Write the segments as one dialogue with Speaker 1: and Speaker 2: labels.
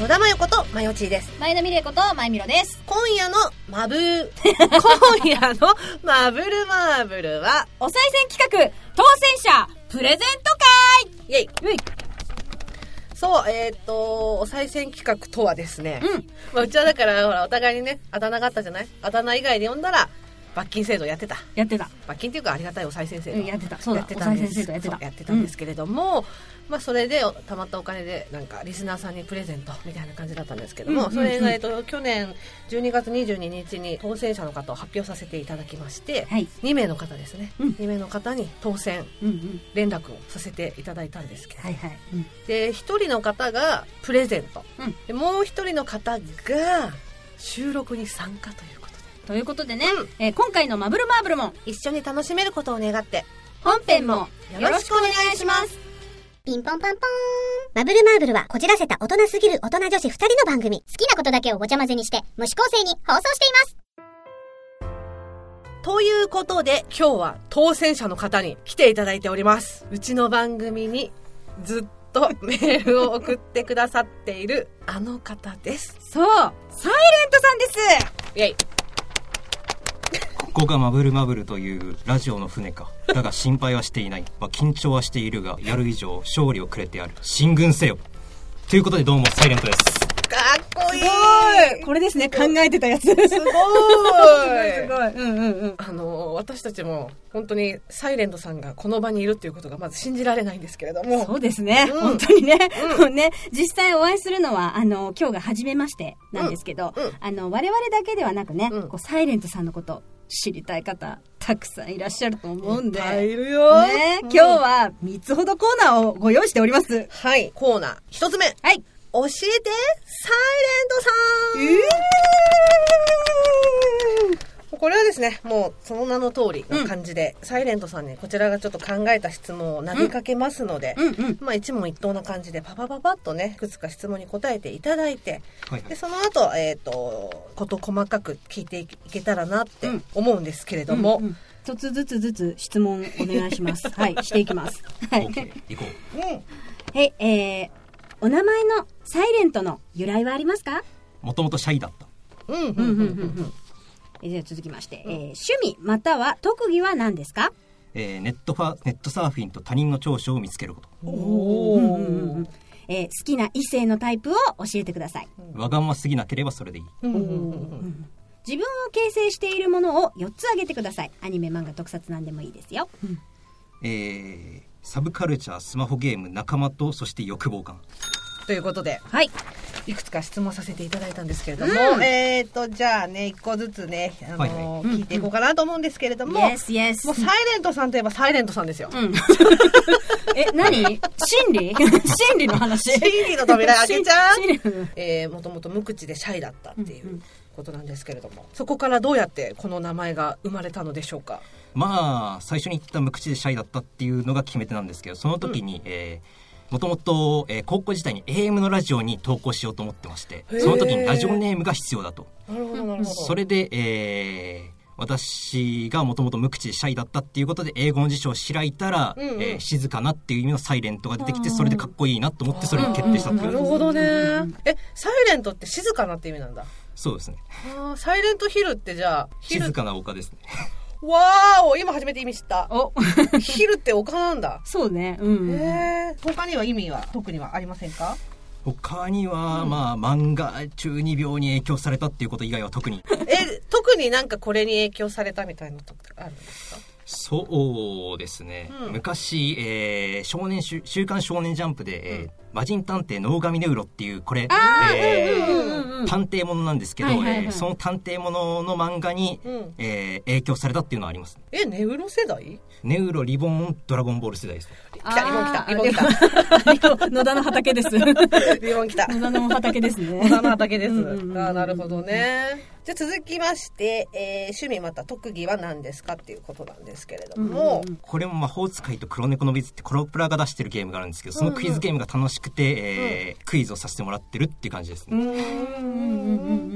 Speaker 1: 野田真代子とまよちーです。
Speaker 2: 前田美玲子と前みろです。
Speaker 1: 今夜のマブ ー、今夜のマブルマーブルは、
Speaker 2: お賽銭企画、当選者、プレゼント
Speaker 1: イェイ
Speaker 2: 会うい
Speaker 1: そう、えーっと、お賽銭企画とはですね、
Speaker 2: うん。
Speaker 1: まあ、うちはだから、ほら、お互いにね、あだ名があったじゃないあだ名以外で呼んだら、罰金制度やってた。
Speaker 2: やってた。
Speaker 1: 罰金っていうか、ありがたいお賽銭制
Speaker 2: う
Speaker 1: 度。
Speaker 2: んやってた。そうだ。
Speaker 1: やって
Speaker 2: お
Speaker 1: たん
Speaker 2: 賽
Speaker 1: で
Speaker 2: 銭
Speaker 1: す
Speaker 2: 制度やって
Speaker 1: そ
Speaker 2: た。
Speaker 1: うやってたんですけれども、まあ、それでお貯まったお金でなんかリスナーさんにプレゼントみたいな感じだったんですけども、
Speaker 2: うんうん
Speaker 1: それが、
Speaker 2: うん
Speaker 1: えっと、去年12月22日に当選者の方を発表させていただきまして、
Speaker 2: はい
Speaker 1: 2名の方ですね、
Speaker 2: うん
Speaker 1: 2名の方に当選
Speaker 2: うん。うんうん。
Speaker 1: 連絡をさせていただいたんですけど
Speaker 2: はいはい。うん。
Speaker 1: で1人の方がプレゼント、
Speaker 2: うん
Speaker 1: でもう1人の方が収録に参加ということで
Speaker 2: ということでね、えー今回のマブルマーブルも、
Speaker 1: 一緒に楽しめることを願って
Speaker 2: 本編も、
Speaker 1: よろしくお願いします
Speaker 3: ピンポンパンポーン。マブルマーブルはこじらせた大人すぎる大人女子二人の番組。好きなことだけをごちゃ混ぜにして、無視構成に放送しています。
Speaker 1: ということで今日は当選者の方に来ていただいておりますうちの番組にずっとメールを送ってくださっているあの方です
Speaker 2: そう、サイレントさんです
Speaker 1: イェイ
Speaker 4: ここがマブルマブルというラジオの船かだが心配はしていない、まあ、緊張はしているがやる以上勝利をくれてやる進軍せよということでどうもサイレントです
Speaker 1: かっこいい
Speaker 2: これですね、考えてたやつ。すごい。
Speaker 1: すごい
Speaker 2: うんうんうん。
Speaker 1: あの私たちも本当にサイレントさんがこの場にいるっていうことがまず信じられないんですけれども
Speaker 2: そうですね。
Speaker 1: うん
Speaker 2: 本当にね。もう ね、実際お会いするのは、あの、今日が初めましてなんですけど、
Speaker 1: うんうん
Speaker 2: あの、我々だけではなくね、
Speaker 1: うん
Speaker 2: こう、サイレントさんのこと、知りたい方、たくさんいらっしゃると思うん
Speaker 1: い
Speaker 2: で。
Speaker 1: っぱいい
Speaker 2: ね、
Speaker 1: るよ、
Speaker 2: 今日は3つほどコーナーをご用意しております。
Speaker 1: はいコーナー一つ目
Speaker 2: はい。
Speaker 1: 教えてサイレントさんこれはですね、もうその名の通りの感じで、サイレントさんにこちらがちょっと考えた質問を投げかけますので、
Speaker 2: うんうん。
Speaker 1: まあ一問一答な感じでパパパパッとね、いくつか質問に答えていただいて、
Speaker 4: はいは
Speaker 1: で、
Speaker 4: い
Speaker 1: その後、えっ、と、こと細かく聞いていけたらなって
Speaker 2: うん
Speaker 1: 思うんですけれども、
Speaker 2: うんうん一つずつずつ質問お願いし ます。はい、していきます。はい。
Speaker 4: OK 行こ
Speaker 1: うん
Speaker 2: はい、えー、お名前のサイレントの由来はありますか
Speaker 4: うもともとシャイだった
Speaker 1: うん、う
Speaker 2: う
Speaker 1: んん、
Speaker 2: う
Speaker 1: うんん、
Speaker 2: う
Speaker 1: うん
Speaker 2: うん
Speaker 1: ん。
Speaker 2: えーじゃあ続きまして、えー趣味または特技は何ですか
Speaker 4: えーネットファネットサーフィンと他人の長所を見つけること
Speaker 1: お
Speaker 2: うんうんうん
Speaker 1: ー。
Speaker 2: えー好きな異性のタイプを教えてください、
Speaker 4: わがまますぎなければそれでいい
Speaker 1: うんうんうんうん
Speaker 2: ん自分を形成しているものを4つ挙げてくださいアニメ漫画特撮なんでもいいですよ、
Speaker 4: えーサブカルチャースマホゲーム仲間とそして欲望感
Speaker 1: ということで、
Speaker 2: はい
Speaker 1: いくつか質問させていただいたんですけれども、
Speaker 2: うん
Speaker 1: えっ、と、じゃあね、一個ずつね、あの
Speaker 4: はいは
Speaker 2: うん
Speaker 1: 聞いていこうかなと思うんですけれども、
Speaker 2: スイエス
Speaker 1: もうサイレントさんといえばサイレントさんですよ。
Speaker 2: うんえ何 心理心理の話
Speaker 1: 心理の扉開けちゃう
Speaker 2: 心理心理
Speaker 1: えー、もともと無口でシャイだったってい
Speaker 2: んう
Speaker 1: うんことなんですけれども、そこからどうやってこの名前が生まれたのでしょうか。
Speaker 4: まあ最初に言った無口でシャイだったっていうのが決め手なんですけどその時に、えーもともと、えー高校時代に AM のラジオに投稿しようと思ってまして
Speaker 1: へー
Speaker 4: その時にラジオネームが必要だと
Speaker 1: なるほど、なるほど。
Speaker 4: それで、えー私がもともと無口でシャイだったっていうことで英語の辞書を開いたら、
Speaker 1: うんうん
Speaker 4: えー静かなっていう意味のサイレントが出てきて
Speaker 2: うん
Speaker 4: それでかっこいいなと思ってそれに決定したってい
Speaker 1: な
Speaker 4: う、
Speaker 1: るほどね
Speaker 2: う。
Speaker 1: え、サイレントって静かなって意味なんだ。
Speaker 4: そうですね
Speaker 1: あーサイレントヒルってじゃあ、ヒル
Speaker 4: 静。かな丘 ですね
Speaker 1: わーお、今初めて意味知 った。
Speaker 2: お
Speaker 1: ヒルって丘なんだ。
Speaker 2: そうねうん、
Speaker 1: へー他には意味は特にはありません か
Speaker 4: 他には、まあ漫画中二病に影響されたっていうこと以外は特に
Speaker 1: え、特になんかこれに影響されたみたいなとこあるんですか
Speaker 4: そうですね、
Speaker 1: うん
Speaker 4: 昔、えー少年週「週刊少年ジャンプで」えー魔人探偵ノーガミネウロ」っていうこれ、えー探偵ものなんですけど、
Speaker 2: はいはいはい
Speaker 4: えーその探偵ものの漫画に、
Speaker 1: うん
Speaker 4: えー影響されたっていうのはあります
Speaker 1: え、ネウロ世代
Speaker 4: ネウロリボンドラゴンボール世代ですね
Speaker 1: 来た、リボン来た、リ
Speaker 2: あー
Speaker 1: ボン来た。
Speaker 2: 野田の 畑です。野
Speaker 1: リボン来た。
Speaker 2: 田の畑ですね。
Speaker 1: 小田の畑です。あ
Speaker 2: うんうんうんうん
Speaker 1: ーなるほどね。じゃあ続きまして、えー趣味また特技は何ですかっていうことなんですけれども、
Speaker 2: うんうん
Speaker 4: これも魔法使いと黒猫のビズってコロプラが出してるゲームがあるんですけどそのクイズゲームが楽しくて、えークイズをさせてもらってるっていう感じですね、
Speaker 2: うんうんうんうんう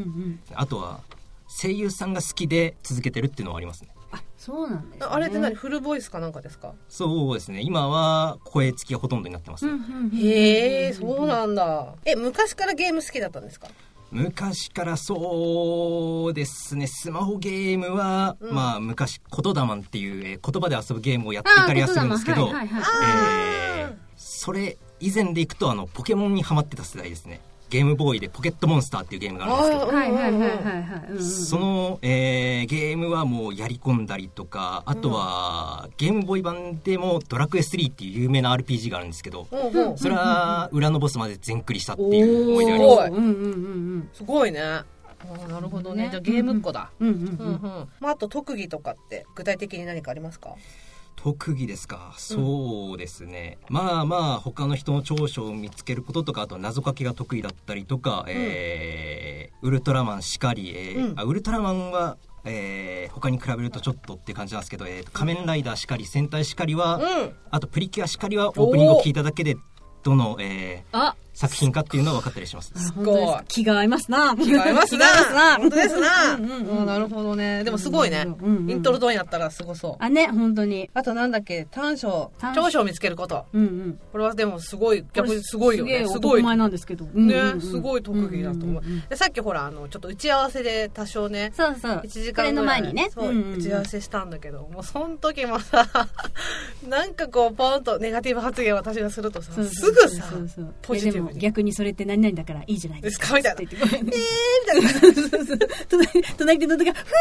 Speaker 2: ん
Speaker 4: あとは声優さんが好きで続けてるっていうのはありますね
Speaker 2: あそうなんです、ね、
Speaker 1: あれって何フルボイスかなんかですか
Speaker 4: そうですね今は声付きがほとんどになってます、
Speaker 2: うんうんうん
Speaker 1: へえそうなんだえ昔からゲーム好きだったんですか
Speaker 4: 昔からそうですねスマホゲームは、
Speaker 1: うん
Speaker 4: まあ昔「言霊」っていう、えー言葉で遊ぶゲームをやっていたりはするんですけど、
Speaker 2: あー言霊はいはい
Speaker 4: えーそれ以前でいくとあのポケモンにハマってた世代ですねゲームボーイで「ポケットモンスター」っていうゲームがあるんですけど
Speaker 2: はいはいはいはいはいうんうん。
Speaker 4: その、えーゲームはもうやり込んだりとかあとは、ゲームボーイ版でも「ドラクエ3」っていう有名な RPG があるんですけど
Speaker 1: うんうん
Speaker 4: それは裏のボスまで全クリしたっていう思い出があり
Speaker 1: ごい
Speaker 4: ます
Speaker 2: うんうんうん
Speaker 1: すごいねあーなるほどね
Speaker 2: ね
Speaker 1: じゃあゲームっ子だ、
Speaker 2: うん。うんうん
Speaker 1: う
Speaker 2: うん
Speaker 1: うん
Speaker 2: ん。
Speaker 1: まあ、あと特技とかって具体的に何かありますか
Speaker 4: 特技ですかそうですね、まあまあ他の人の長所を見つけることとかあと謎かけが得意だったりとか、えーウルトラマンしかり、えー
Speaker 1: うん
Speaker 4: あウルトラマンは、えー他に比べるとちょっとって感じなんですけど、えー仮面ライダーしかり戦隊しかり は、
Speaker 1: うん
Speaker 4: あとプリキュアしかりはオープニングを聞いただけでどの、えー
Speaker 2: あ、
Speaker 4: 作品かっていうのが分かったりします
Speaker 2: あ本当ですか気が合いますな。気
Speaker 1: 違いますな本当ですな
Speaker 2: うんうん
Speaker 1: あーなるほどねでもすごいね、
Speaker 2: うんうんうん
Speaker 1: イントロドンやったらすごそう
Speaker 2: あ、ね、本当に。
Speaker 1: あとなんだっけ短所
Speaker 2: 短所
Speaker 1: 長所を見つけること
Speaker 2: うんうん。
Speaker 1: これはでもすごい逆にすごいよね
Speaker 2: す
Speaker 1: す
Speaker 2: ご
Speaker 1: ご
Speaker 2: い。
Speaker 1: い
Speaker 2: 前なんですけど。うんうん
Speaker 1: ね
Speaker 2: うん
Speaker 1: すごい特技だと思う,、
Speaker 2: んんん
Speaker 1: でさっきほらあのちょっと打ち合わせで多少ね
Speaker 2: そうそう。
Speaker 1: 1時
Speaker 2: これ
Speaker 1: 間
Speaker 2: の
Speaker 1: ぐらい
Speaker 2: 前にね。
Speaker 1: そう、
Speaker 2: んんん
Speaker 1: 打ち合わせしたんだけどもうその時もさ なんかこうポンとネガティブ発言を私がするとさ
Speaker 2: そう
Speaker 1: す
Speaker 2: そう
Speaker 1: ぐさ
Speaker 2: そうそう
Speaker 1: ポジティ
Speaker 2: い
Speaker 1: ブ
Speaker 2: やでも
Speaker 1: に
Speaker 2: 逆にそれって何々だからいいじゃない
Speaker 1: で
Speaker 2: ですす
Speaker 1: かみたいな
Speaker 2: って言ってごめんね
Speaker 1: えーみたいな
Speaker 2: そうそう隣隣でのどが「ふ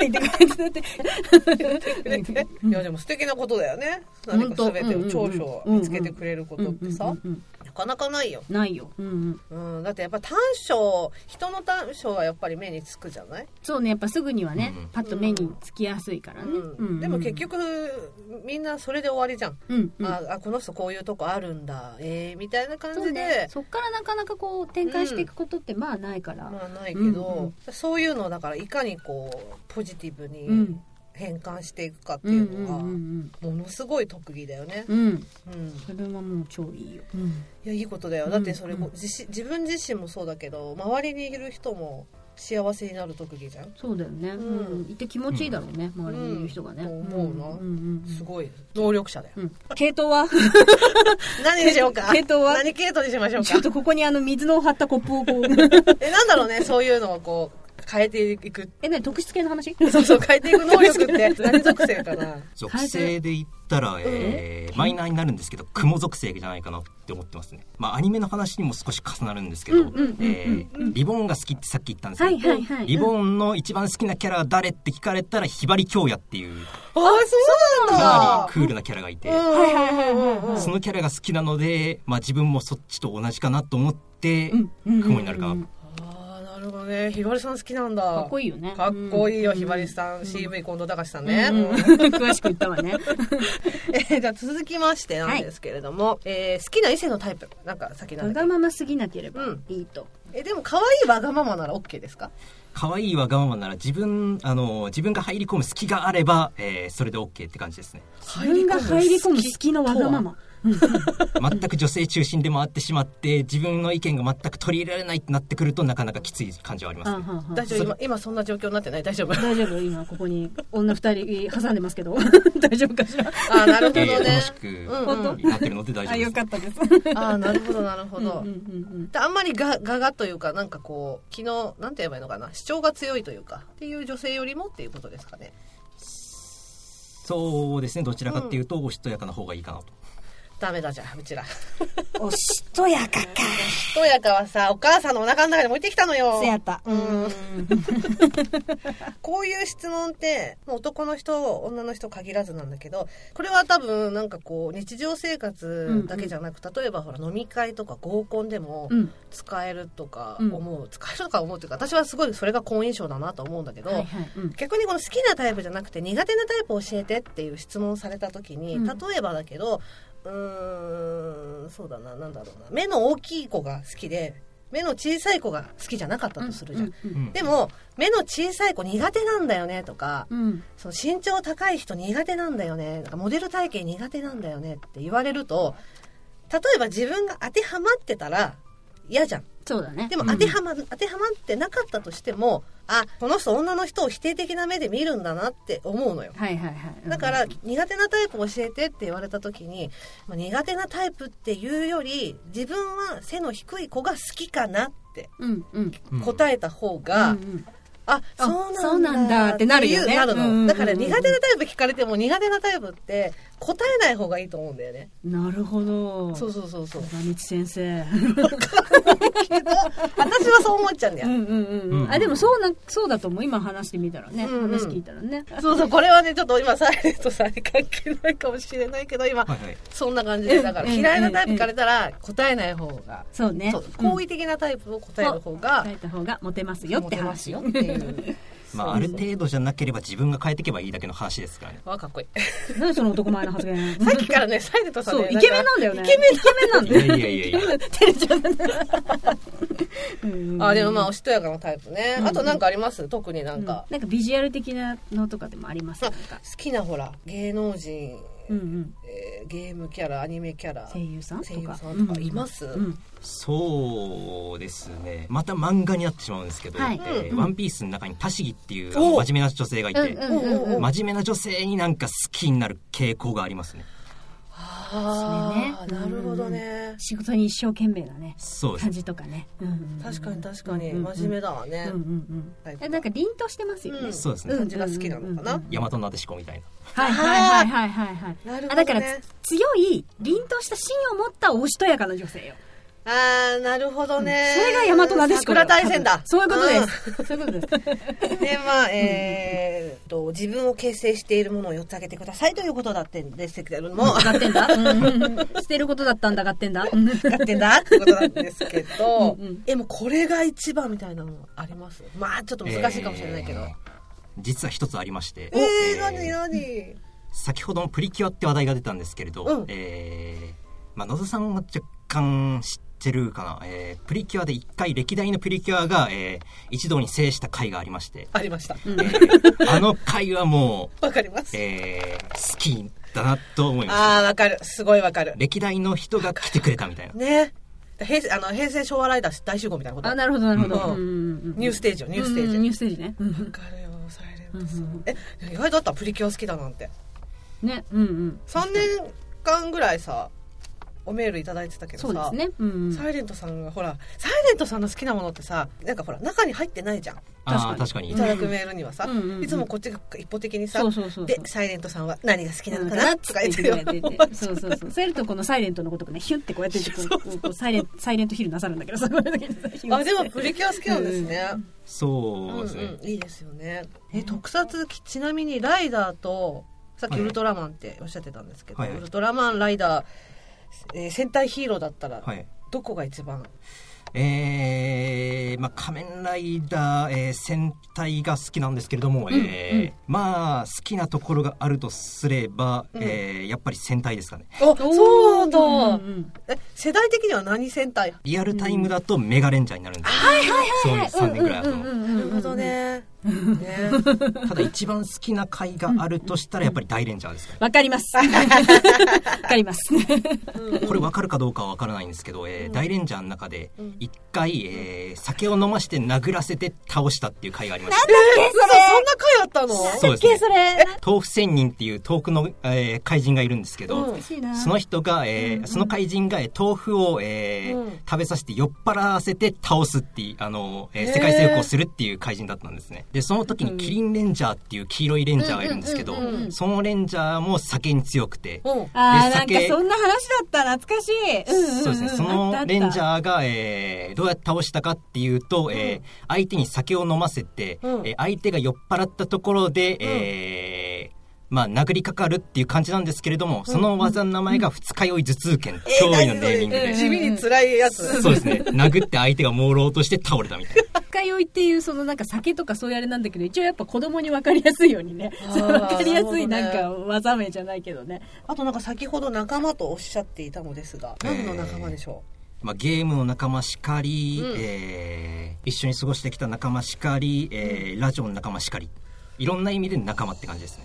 Speaker 2: え!」って言ってくれて
Speaker 1: く れていやでも素敵なことだよね何
Speaker 2: 本
Speaker 1: か
Speaker 2: 当
Speaker 1: 全てを長所を見つけてくれることってさ
Speaker 2: うんうんうん
Speaker 1: なかなかないよ、
Speaker 2: ないよ、うんうん、
Speaker 1: うん、だってやっぱ短所人の短所はやっぱり目につくじゃない、
Speaker 2: そうねやっぱすぐにはね、
Speaker 4: うん
Speaker 2: パッと目につきやすいからね、
Speaker 1: うん
Speaker 2: うんうん
Speaker 1: でも結、局みんなそれで終わりじゃん、
Speaker 2: うんうん、
Speaker 1: ああこの人こういうとこあるんだえー、みたいな感
Speaker 2: そ
Speaker 1: じ
Speaker 2: う
Speaker 1: で
Speaker 2: ねそっからなかなかこう展開していくことってまあないから、
Speaker 1: まあないけど、
Speaker 2: うんうん
Speaker 1: そういうのをだからいかにこうポジティブ
Speaker 2: う
Speaker 1: に
Speaker 2: ん
Speaker 1: 変換していくかって
Speaker 2: うん
Speaker 1: いううんのが
Speaker 2: うん
Speaker 1: ものすごい特技だよね、
Speaker 2: うんうん
Speaker 1: うん、い
Speaker 2: それはもう超いいよ、うん
Speaker 1: やいいことだよだってそれ、
Speaker 2: うんうん
Speaker 1: 自し自分自身もそうだけど周りにいる人も幸せになる特技じゃん
Speaker 2: そうだよね、
Speaker 1: う
Speaker 2: うんんいて気持ちいいだろうね、周りにいる人がね、
Speaker 1: うん思うな
Speaker 2: うんうんうん
Speaker 1: すごい能力者だよ、
Speaker 2: うん、系統は
Speaker 1: 何にしようか
Speaker 2: 系統は
Speaker 1: 何系統にしましょう
Speaker 2: ちょっ
Speaker 1: か
Speaker 2: とここにあの水の張ったコップをこう
Speaker 1: えなんだろうねそういうのをこう変えていく
Speaker 2: え何特質系の話
Speaker 1: そうそう変えていく能力って何属性かな
Speaker 4: 属性で言ったら、えーマイナーになるんですけど雲属性じゃないかなって思ってますね、まあ、アニメの話にも少し重なるんですけど、
Speaker 2: うんうんうんうん
Speaker 4: えーリボンが好きってさっき言ったんですけ
Speaker 2: は
Speaker 4: ど、
Speaker 2: いはいはい
Speaker 4: リボンの一番好きなキャラは誰って聞かれたらひばり京也っていう
Speaker 1: あそう
Speaker 4: かな
Speaker 1: な
Speaker 4: りクールなキャラがいて、
Speaker 1: はいはいはいはい、
Speaker 4: そのキャラが好きなので、まあ、自分もそっちと同じかなと思って、雲になるかな
Speaker 1: ああなるほどねひばりさん好きなんだ
Speaker 2: かっこ
Speaker 1: い
Speaker 2: いいよね
Speaker 1: かっこいいよ、
Speaker 2: うん
Speaker 1: ひばりさん、CV 近藤隆さん
Speaker 2: うん
Speaker 1: ね、
Speaker 2: うん 詳しく言ったわね
Speaker 1: えーじゃあ続きましてなんですけれども、えー好きな異性のタイプなんか先な
Speaker 2: わ
Speaker 1: んだ
Speaker 2: が
Speaker 1: っけ
Speaker 2: まますぎなければ
Speaker 1: うん
Speaker 2: いいと、
Speaker 1: えでも可愛いわがままなら OK ですか
Speaker 4: 可愛いわがままなら自分あの自分が入り込む隙があれば、えーそれで OK って感じですね
Speaker 2: 自分が入り込む好きのわがまま
Speaker 4: 全く女性中心で回ってしまって自分の意見が全く取り入れられないってなってくるとなかなかきつい感じはあります
Speaker 2: あ
Speaker 4: ね
Speaker 2: はんはん
Speaker 1: 大丈夫今今そんな状況になってない大丈 夫
Speaker 2: 大丈夫今ここに女二人挟んでますけど 大丈夫かしら
Speaker 1: ああなるほど
Speaker 4: いやいや
Speaker 1: ね
Speaker 4: 楽し
Speaker 1: うん
Speaker 2: うん
Speaker 4: くなってるので大丈夫です、
Speaker 2: ったです
Speaker 1: ああなるほどなるほ
Speaker 2: うんうん
Speaker 1: ど、
Speaker 2: うん
Speaker 1: あんまりがガガというかなんかこう昨日なんて言えばいいのかな主張が強いというかっていう女性よりもっていうことですかね
Speaker 4: そうですねどちらかっていうとおしとやかな方がいいかなと、
Speaker 1: ダメだじゃんうちら
Speaker 2: うんおしとやかか
Speaker 1: ひとやかはさお母さんのお腹の中に置いてきたのよ
Speaker 2: せやった
Speaker 1: うんこういう質問って、もう男の人、女の人限らずなんだけど、これは多分なんかこう、日常生活だけじゃなく、例えばほら飲み会とか合コンでも
Speaker 2: うん
Speaker 1: 使えるとか思う、使えるとか思うというか、私はすごいそれが好印象だなと思うんだけど、
Speaker 2: はいはいうん
Speaker 1: 逆にこの好きなタイプじゃなくて苦手なタイプを教えてっていう質問をされた時に、
Speaker 2: うん
Speaker 1: 例えばだけどうーんそうだななんだろうな目の大きい子が好きで目の小さい子が好きじゃなかったとするじゃん、
Speaker 2: うん
Speaker 4: うん
Speaker 1: でも目の小さい子苦手なんだよねとか
Speaker 2: うん
Speaker 1: その身長高い人苦手なんだよねなんかモデル体型苦手なんだよねって言われると例えば自分が当てはまってたら嫌じゃん。
Speaker 2: そうだね
Speaker 1: でも当てはま、当てはまってなかったとしても、あ、この人女の人を否定的な目で見るんだなって思うのよ。
Speaker 2: はいはいはい
Speaker 1: だから
Speaker 2: うん
Speaker 1: 苦手なタイプ教えてって言われた時に、まあ、苦手なタイプっていうより自分は背の低い子が好きかなって
Speaker 2: うんうん
Speaker 4: うん
Speaker 1: 答えた方が、
Speaker 2: うんうん
Speaker 1: あ
Speaker 2: あ
Speaker 1: そうなんだ
Speaker 2: そうなんだってなる
Speaker 1: っ
Speaker 2: よね
Speaker 1: ていうなる
Speaker 2: うんうんうんう
Speaker 1: の
Speaker 2: ん
Speaker 1: だから苦手なタイプ聞かれても苦手なタイプって答えない方がいいと思うんだよね、
Speaker 2: なるほど
Speaker 1: そうそうそうそう
Speaker 2: 小道先生
Speaker 1: 私はそう思っちゃうんだ
Speaker 2: う
Speaker 1: よ、
Speaker 2: んうんうん、うん、あでもそうなそうだと思う今話してみたらね、
Speaker 1: うんうん
Speaker 2: 話聞いたらね
Speaker 1: そうそうこれはねちょっと今サイレントさんに関係ないかもしれないけど今、
Speaker 4: はいはい
Speaker 1: そんな感じでだから
Speaker 2: うんうん
Speaker 1: 嫌いなタイプ聞かれたら答えない方が
Speaker 2: そうね
Speaker 1: そう
Speaker 2: うん
Speaker 1: 好意的なタイプを答える方が
Speaker 2: 答えた方がモテますよって話
Speaker 1: モテますよっていう
Speaker 4: まあある程度じゃなければ自分が変えていけばいいだけの話ですからね
Speaker 1: わかっこいい
Speaker 2: 何その男前の発言
Speaker 1: さっきからねサイレントさん
Speaker 2: そう
Speaker 1: ね
Speaker 2: イケメンなんだよね
Speaker 1: イケメン
Speaker 2: ン
Speaker 4: いやいやいやいや
Speaker 2: 照れちゃった うん
Speaker 1: あでもまあおしとやかなタイプね、
Speaker 2: うん
Speaker 1: あとなんかあります特になんか、
Speaker 2: なんかビジュアル的なのとかでもあります
Speaker 1: あ
Speaker 2: な
Speaker 1: 好
Speaker 2: んか
Speaker 1: きなほら芸能人、
Speaker 2: うんうん
Speaker 1: えーゲームキャラアニメキャラ
Speaker 2: 声優さんとか
Speaker 1: 声優さんとかいます、
Speaker 2: うん
Speaker 4: そうですねまた漫画になってしまうんですけど、
Speaker 2: はい
Speaker 4: えー
Speaker 1: うん
Speaker 4: ワンピースの中にタシギっていうあ
Speaker 1: お
Speaker 4: の
Speaker 1: う
Speaker 4: 真面目な女性がいて、
Speaker 2: うんうんうんうん
Speaker 4: 真面目な女性になんか好きになる傾向がありますね
Speaker 1: ああ、
Speaker 2: それね
Speaker 1: なるほどね、
Speaker 2: 仕事に一生懸命なね
Speaker 4: そうです
Speaker 2: 感
Speaker 4: ね
Speaker 2: じとかねうんうんうん
Speaker 1: 確かに確かに、
Speaker 2: うんうんうん
Speaker 1: 真面目だわね、
Speaker 2: うんうん
Speaker 1: タイプ
Speaker 2: う
Speaker 1: が
Speaker 2: んなんか凛としてますよね
Speaker 1: うん
Speaker 4: そうですね、
Speaker 1: 感じが好きなのかな、
Speaker 2: うんうん
Speaker 4: 大和なでしこみたいな
Speaker 2: はいはいはいはいはいはい
Speaker 1: なるほどね
Speaker 2: あだからつ強い凛とした芯を持ったおしとやかな女性よ
Speaker 1: ああなるほどね、
Speaker 2: それが大和なでしこよ
Speaker 1: 桜大戦だ
Speaker 2: そういうこと
Speaker 1: ん
Speaker 2: ですそういうことです
Speaker 1: でまあえー、と自分を形成しているものを4つ挙げてくださいということだってんですけれども、
Speaker 2: 買ってんだ、捨てることだったんだ買ってんだ、うん
Speaker 1: やってんだってことなんですけど
Speaker 2: うんうん
Speaker 1: えもうこれが一番みたいなのありますまあちょっと難しいかもしれないけど
Speaker 4: えー実は一つありまして
Speaker 1: えー、
Speaker 4: えー
Speaker 1: 何何
Speaker 4: 先ほどのプリキュアって話題が出たんですけれど、
Speaker 1: うん
Speaker 4: えーまあ、野田さんは若干知ってるかな、えープリキュアで一回歴代のプリキュアが、えー一堂に制した回がありまして、
Speaker 1: ありました
Speaker 4: えーあの回はも
Speaker 1: わかりま
Speaker 4: う、
Speaker 1: す、
Speaker 4: えー好きだなと思いまし
Speaker 1: ああわかるすごいわかる
Speaker 4: た歴代の人が来てくれたみたいな
Speaker 1: ね平成あの平成昭和ライダー大集合みたいなこと
Speaker 2: あなるほどなるほど、
Speaker 1: うん
Speaker 2: うん
Speaker 1: ニューステージよニューステージ、
Speaker 2: うんニューステージね、うん
Speaker 1: わかるよサイレントさん、
Speaker 2: うんうん
Speaker 1: え意外だったプリキュア好きだなんて
Speaker 2: ねうんうん
Speaker 1: 3年間ぐらいさおメールいただいてたけどさ
Speaker 2: そうですね、うんうん、
Speaker 1: サイレントさんがほらサイレントさんの好きなものってさなんかほら中に入ってないじゃん
Speaker 4: あー
Speaker 2: 確
Speaker 4: 確かに
Speaker 1: いただくメールにはさ、
Speaker 2: うんうんうん
Speaker 1: いつもこっちが一方的にさ
Speaker 2: そうそうそう
Speaker 1: でサイレントさんは何が好きな
Speaker 2: な
Speaker 1: の
Speaker 2: ん
Speaker 1: か
Speaker 2: か
Speaker 1: な
Speaker 2: な
Speaker 1: とか言って
Speaker 2: く
Speaker 1: よ
Speaker 2: れててそうそうそうそうやるとこのサイレントのことをねヒュッてこうやってこうこうこうサイレンサイレントヒルなさるんだけどさこれだけでさヒュッ
Speaker 1: あでもプリキュア好きなんですね、うんう
Speaker 4: そうで
Speaker 1: ん
Speaker 4: すね、
Speaker 1: いいですよねえ特撮ちなみにライダーとさっき
Speaker 4: はい
Speaker 1: ウルトラマンっておっしゃってたんですけど、
Speaker 4: はいはい
Speaker 1: ウルトラマンライダー、えー戦隊ヒーローだったら
Speaker 4: はい
Speaker 1: どこが一番、
Speaker 4: えーまあ、仮面ライダー、えー戦隊が好きなんですけれども、えーまあ好きなところがあるとすれば、
Speaker 1: うん
Speaker 4: えーやっぱり戦隊ですかね
Speaker 1: あそうだ、
Speaker 2: うんうん
Speaker 1: え世代的には何戦隊
Speaker 4: リアルタイムだとメガレンジャーになるんですよ、そういう3年ぐらい後の、
Speaker 2: うんう
Speaker 1: な
Speaker 2: んう
Speaker 1: る
Speaker 2: んう
Speaker 1: ほ
Speaker 2: ん
Speaker 1: どね。 ね。
Speaker 4: ただ一番好きな回があるとしたらやっぱり大レンジャーですかね、
Speaker 2: わかりますわかります
Speaker 4: これ分かるかどうかは分からないんですけど、えー大レンジャーの中で一回、えー酒を飲ませて殴らせて倒したっていう回がありました
Speaker 1: え、そんなそんな回あったの
Speaker 4: そうです
Speaker 2: け
Speaker 4: ね
Speaker 2: それ
Speaker 4: 豆腐仙人っていう遠くの、えー怪人がいるんですけど、
Speaker 1: うん
Speaker 2: しいな
Speaker 4: その人が、えーその怪人がえー豆腐を、えー
Speaker 1: うん
Speaker 4: 食べさせて酔っ払わせて倒すっていう、あの、えー
Speaker 1: へー
Speaker 4: 世界征服をするっていう怪人だったんですね。で、その時にキリンレンジャーっていう黄色いレンジャーがいるんですけど
Speaker 1: うんうんうんう、ん
Speaker 4: そのレンジャーも酒に強くて、
Speaker 1: うん。
Speaker 2: あー
Speaker 4: で
Speaker 2: なんか
Speaker 4: 酒
Speaker 2: そんな話だった懐かしい、うんうんん
Speaker 4: そうですね、そのレンジ
Speaker 2: ー
Speaker 4: ャーが、えーどうやって倒したかっていうと、えー相手に酒を飲ませて、
Speaker 1: うん
Speaker 4: えー相手が酔っ払ったところで、えーまあ、殴りかかるっていう感じなんですけれども、その技の名前が二日酔い頭痛剣、驚異のネーミングで、
Speaker 1: 地味に辛いやつ。
Speaker 4: そうですね、殴って相手が朦朧として倒れたみたいな。
Speaker 2: 二日酔いっていうそのなんか酒とかそういうあれなんだけど一応やっぱ子供に分かりやすいようにね
Speaker 1: あー
Speaker 2: そう分かりやすい
Speaker 1: な
Speaker 2: な
Speaker 1: る
Speaker 2: ん
Speaker 1: ほどね
Speaker 2: か技名じゃないけどね
Speaker 1: あとなんか先ほど仲間とおっしゃっていたのですが、何の仲間でしょ
Speaker 4: まあ、ゲームの仲間しかり、
Speaker 1: うん
Speaker 4: えー一緒に過ごしてきた仲間しかり、えーラジオの仲間しかり、いろんな意味で仲間って感じですね。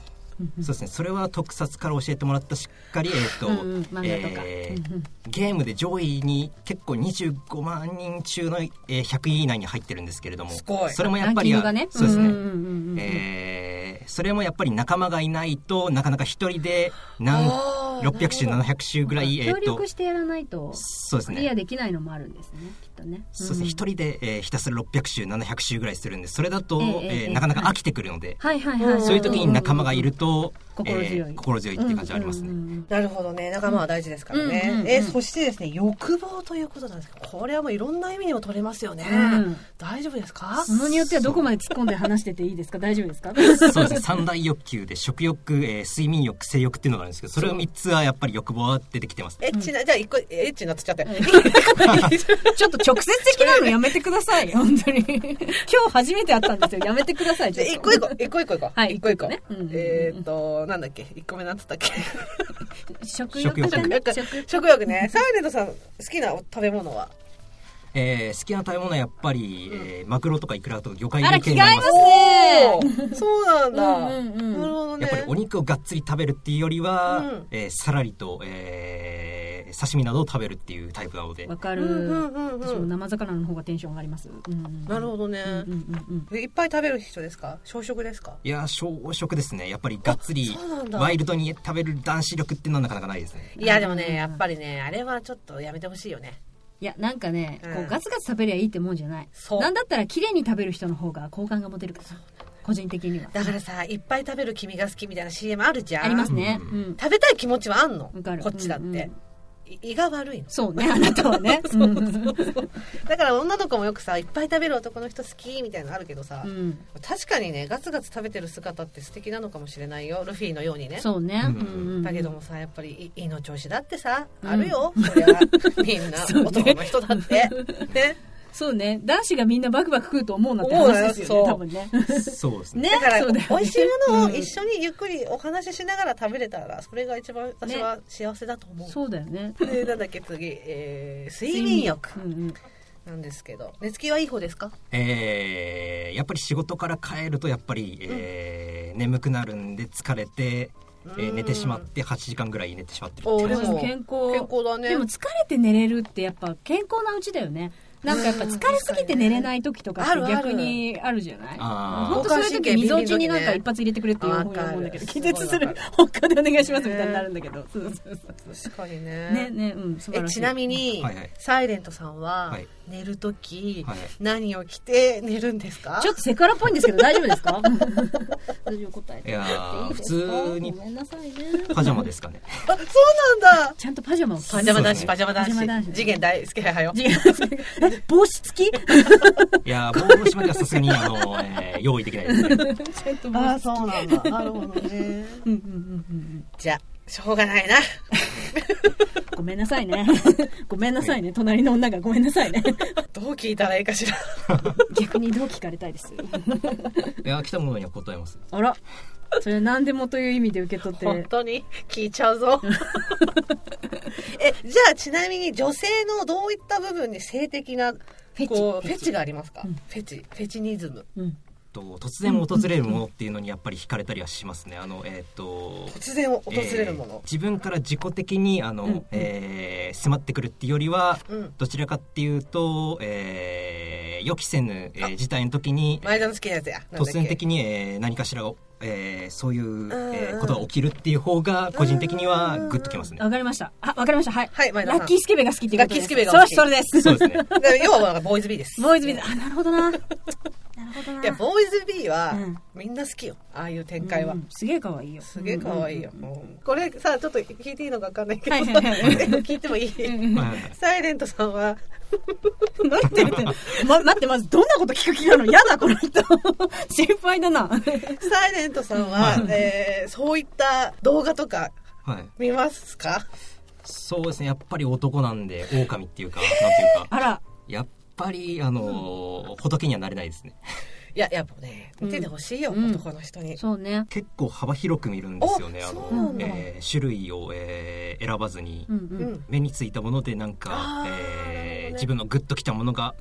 Speaker 1: う
Speaker 4: そうですねそれは特撮から教えてもらったしっかりえっ、と、
Speaker 2: うんうん漫画とか
Speaker 4: えーゲームで上位に結構25万人中の、えー100位以内に入ってるんですけれども
Speaker 1: すごい
Speaker 4: それもやっぱり
Speaker 2: ランキングがね
Speaker 4: そうですね、
Speaker 2: うんうんうんうん
Speaker 4: えーそれもやっぱり仲間がいないとなかなか一人で何
Speaker 1: あー
Speaker 4: 600周
Speaker 1: なる
Speaker 4: 700周ぐらいえ
Speaker 2: 協
Speaker 4: ーと
Speaker 2: 力してやらないと
Speaker 4: そうです
Speaker 2: ク
Speaker 4: ね
Speaker 2: リアできないのもあるんですねきっとね
Speaker 4: そうですね、
Speaker 2: ん
Speaker 4: 一人で、えーひたすら600周700周ぐらいするんでそれだと、
Speaker 2: え
Speaker 4: え
Speaker 2: えええ
Speaker 4: ーなかなか飽きてくるので、
Speaker 2: はいはいはい
Speaker 4: そういう時に仲間がいると、
Speaker 2: うんうんうん
Speaker 4: えー
Speaker 2: 心強い
Speaker 4: 心強いっていう感じはありますね、
Speaker 2: うんうんうん
Speaker 1: なるほどね仲間は大事ですからね、
Speaker 2: うんうんうん
Speaker 1: えーそしてですね欲望ということなんですけどこれはもういろんな意味にも取れますよね、
Speaker 2: うん
Speaker 1: 大丈夫ですか
Speaker 2: ものによってはどこまで突っ込んで話してていいですか大丈夫ですか
Speaker 4: そうですね三大欲求で食欲、えー睡眠欲性欲っていうのがあるんですけどそれを3つはやっぱり欲望は出てきてます
Speaker 1: エッチな、じゃあ一個エッチになってちゃって、
Speaker 2: ちょっと直接的なのやめてくだ さい本当に今日初めて会ったんですよやめてくださいち
Speaker 1: じ
Speaker 2: ょ
Speaker 1: ゃ
Speaker 2: っ
Speaker 1: あ
Speaker 2: と
Speaker 1: 一個一個、一個一個いこう。
Speaker 2: はい
Speaker 1: 一個一個。
Speaker 2: 一個一個ねうん
Speaker 1: えっ、と、なんだっけ、一個目なんつったっけ。
Speaker 2: 食欲だ
Speaker 4: 食
Speaker 2: ね
Speaker 1: 欲
Speaker 2: 食
Speaker 1: 食欲ね。サイレントさん、好きな食べ物は
Speaker 4: えー好きな食べ物はやっぱり、えーマグロとかイクラとか魚介
Speaker 2: あら
Speaker 4: 類系になります
Speaker 2: 着替ええ
Speaker 1: おーそうなんだ。
Speaker 2: うんうんうん
Speaker 1: なるほどね。
Speaker 4: やっぱりお肉をがっつり食べるっていうよりは、
Speaker 1: うん
Speaker 4: えーさらりと、えー刺身などを食べるっていうタイプなので
Speaker 2: わかる、
Speaker 1: うんうんうん
Speaker 2: 私
Speaker 1: う
Speaker 2: も
Speaker 1: ん。
Speaker 2: 生魚の方がテンション上がります、うんうん
Speaker 1: なるほどね、
Speaker 2: うんうんうん
Speaker 1: でいっぱい食べる人ですか小食ですか
Speaker 4: いやー小食ですねやっぱりがっつり
Speaker 1: あそうなんだ
Speaker 4: ワイルドに食べる男子力っていうのはなかなかないですね
Speaker 1: いやでもねやっぱりねあれはちょっとやめてほしいよね
Speaker 2: いやなんかね、
Speaker 1: うん
Speaker 2: こうガツガツ食べりゃいいってもんじゃない
Speaker 1: そう
Speaker 2: なんだったら綺麗に食べる人の方が好感が持てるから個人的には
Speaker 1: だからさいっぱい食べる君が好きみたいな CM あるじゃん
Speaker 2: ありますね、う
Speaker 4: うん
Speaker 1: 食べたい気持ちはあんの
Speaker 2: わかる
Speaker 1: こっちだって、
Speaker 2: うんうん
Speaker 1: い胃が悪いの
Speaker 2: そうねあなた はねうん
Speaker 1: だから女の子もよくさいっぱい食べる男の人好きみたいなのあるけどさ、
Speaker 2: うん
Speaker 1: 確かにねガツガツ食べてる姿って素敵なのかもしれないよルフィのようにね
Speaker 2: そうね、
Speaker 4: うん
Speaker 1: だけどもさやっぱりい胃の調子だってさ、
Speaker 2: うん
Speaker 1: あるよそりゃみんな、
Speaker 2: そうね
Speaker 1: 男の人だってね
Speaker 2: そうね男子がみんなバクバク食うと思うなって
Speaker 1: 思うな
Speaker 2: 話です よね
Speaker 1: そう
Speaker 2: 多分ね
Speaker 4: そ うですね
Speaker 2: ね
Speaker 1: だから
Speaker 2: そう
Speaker 1: 美
Speaker 2: だよね
Speaker 1: 味しいものを一緒にゆっくりお話ししながら食べれたらそれが一番私は幸せだと思う、
Speaker 2: そうだよね
Speaker 1: でなんだっけ次、えー睡眠欲
Speaker 2: うんうん
Speaker 1: なんですけど寝つきはいい方ですか
Speaker 4: えーやっぱり仕事から帰るとやっぱり、えー眠くなるんで疲れて、えー
Speaker 1: うん
Speaker 4: 寝てしまって8時間ぐらい寝てしまってる
Speaker 1: お
Speaker 4: っ
Speaker 1: ー
Speaker 4: て
Speaker 1: で
Speaker 4: 感じ
Speaker 1: も
Speaker 2: 健康
Speaker 1: 健康だね
Speaker 2: でも疲れて寝れるってやっぱ健康なうちだよねなんかやっぱ疲れすぎて寝れない時とかっ
Speaker 1: あ
Speaker 2: て
Speaker 1: るある
Speaker 2: 逆にあるじゃない
Speaker 4: あー
Speaker 2: 本当そういう時みぞおちになんか一発入れてくれっていう
Speaker 1: わ
Speaker 2: 思う
Speaker 1: かる
Speaker 2: んだけど気絶す
Speaker 1: わ
Speaker 2: る
Speaker 1: か
Speaker 2: 他でお願いしますみたいになるんだけどそうそうそう
Speaker 1: 確かにね
Speaker 2: ねねうん素晴
Speaker 1: え
Speaker 2: らしい
Speaker 1: ちなみに、
Speaker 4: はいはい
Speaker 1: サイレントさんは
Speaker 4: はい
Speaker 1: 寝るとき、
Speaker 4: はい
Speaker 1: 何を着て寝るんですか
Speaker 2: ちょっとセクハラっぽいんですけど大丈夫ですか大丈夫答えて
Speaker 4: いやー
Speaker 2: いいですか
Speaker 4: 普通に
Speaker 2: ごめんなさいね
Speaker 4: パジャマですかね
Speaker 1: あそうなんだ
Speaker 2: ちゃんとパジャマを着て
Speaker 1: パジャマ男
Speaker 4: そうで
Speaker 1: 子
Speaker 4: すね
Speaker 1: パジャマ男
Speaker 2: パジャマ男
Speaker 1: 子
Speaker 2: 子ね
Speaker 1: 次元大好きはよ
Speaker 2: 違う え帽子 付き
Speaker 4: いやー帽子まではさすがにあの、えー用意できないですね
Speaker 2: ちゃんと帽
Speaker 1: あ
Speaker 2: 子
Speaker 1: あそうなんだなるほどね
Speaker 2: うんうんうんうんうん
Speaker 1: じゃあしょうがないな
Speaker 2: ごめんなさいね。 ごめんなさいね。隣の女がごめんなさいね。
Speaker 1: どう聞いたらいいかしら
Speaker 2: 逆にどう聞かれたいです。
Speaker 4: いやー来たものには答えます
Speaker 2: あら。それ何でもという意味で受け取っ
Speaker 1: 本
Speaker 2: て。
Speaker 1: 当に聞いちゃうぞ えじゃあちなみに女性のどういった部分に性的な
Speaker 2: ェチ
Speaker 1: こう
Speaker 2: フ
Speaker 1: フ
Speaker 2: ェチ
Speaker 1: ェチがありますか、
Speaker 2: うん
Speaker 1: フェチフェチニズム
Speaker 2: うん。
Speaker 4: と突然訪れるものっていうのにやっぱり惹かれたりはしますねあのえーっと
Speaker 1: 突然訪れるも
Speaker 4: えー
Speaker 1: の、
Speaker 4: 自分から自己的にあの、
Speaker 2: うん
Speaker 4: えー迫ってくるっていうよりは、
Speaker 1: うん
Speaker 4: どちらかっていうと、えー予期せぬ、えー事態の時に
Speaker 1: 前田の好きなやつやなんだっ
Speaker 4: 突
Speaker 1: け
Speaker 4: 然的に、えー何かしらを、えーそういう、え
Speaker 1: うんう
Speaker 4: ー
Speaker 1: ん
Speaker 4: ことが起きるっていう方が個人的にはグッときますね。
Speaker 2: わかりました。あ、わかりました。はい。
Speaker 1: はい前田
Speaker 2: ラ
Speaker 1: さん
Speaker 2: ッキースケベが好きっていうこ
Speaker 1: ラッ
Speaker 2: とです。
Speaker 1: キースケベが好き
Speaker 2: そう、それです。
Speaker 4: そうですね。
Speaker 1: だから要はボーイズビーです
Speaker 2: ボーイズビーズ。あ、なるほ どな。なるほどな。
Speaker 1: いやボーイズ B は、
Speaker 2: うん
Speaker 1: みんな好きよああいう展開は、
Speaker 2: うんすげえ可愛いよ。
Speaker 1: すげえ可愛いよ、うんこれさちょっと聞いていいのか分かんないけど、
Speaker 2: はいはいはい
Speaker 1: 聞いてもいい
Speaker 4: まあ
Speaker 1: サイレントさんは
Speaker 2: うん。何言ってるって。 ま、待って、まずどんなこと聞く気なの嫌だ、この人。 心配だな。
Speaker 1: サイレントさんは、えーそういった動画とか
Speaker 4: はい、
Speaker 1: 見ますか
Speaker 4: そうですね。やっぱり男なんで狼ってい うか、なんていう
Speaker 2: あ
Speaker 4: か、
Speaker 2: ら。
Speaker 4: やっぱりあのー仏にはなれないですね。
Speaker 1: いややっぱね見ててほしいよ、
Speaker 2: うん
Speaker 1: 男の人に、
Speaker 2: そうね。
Speaker 4: 結構幅広く見るんですよね。
Speaker 1: あ
Speaker 4: あの
Speaker 1: そうなんだ
Speaker 4: えー種類を、えー選ばずに、
Speaker 2: うん
Speaker 1: う
Speaker 2: うんん。
Speaker 4: 目についたものでなん
Speaker 1: あ
Speaker 4: か、
Speaker 1: ーなるほ
Speaker 4: え
Speaker 1: ど
Speaker 4: ー
Speaker 1: ね
Speaker 4: 自分のグッときたものが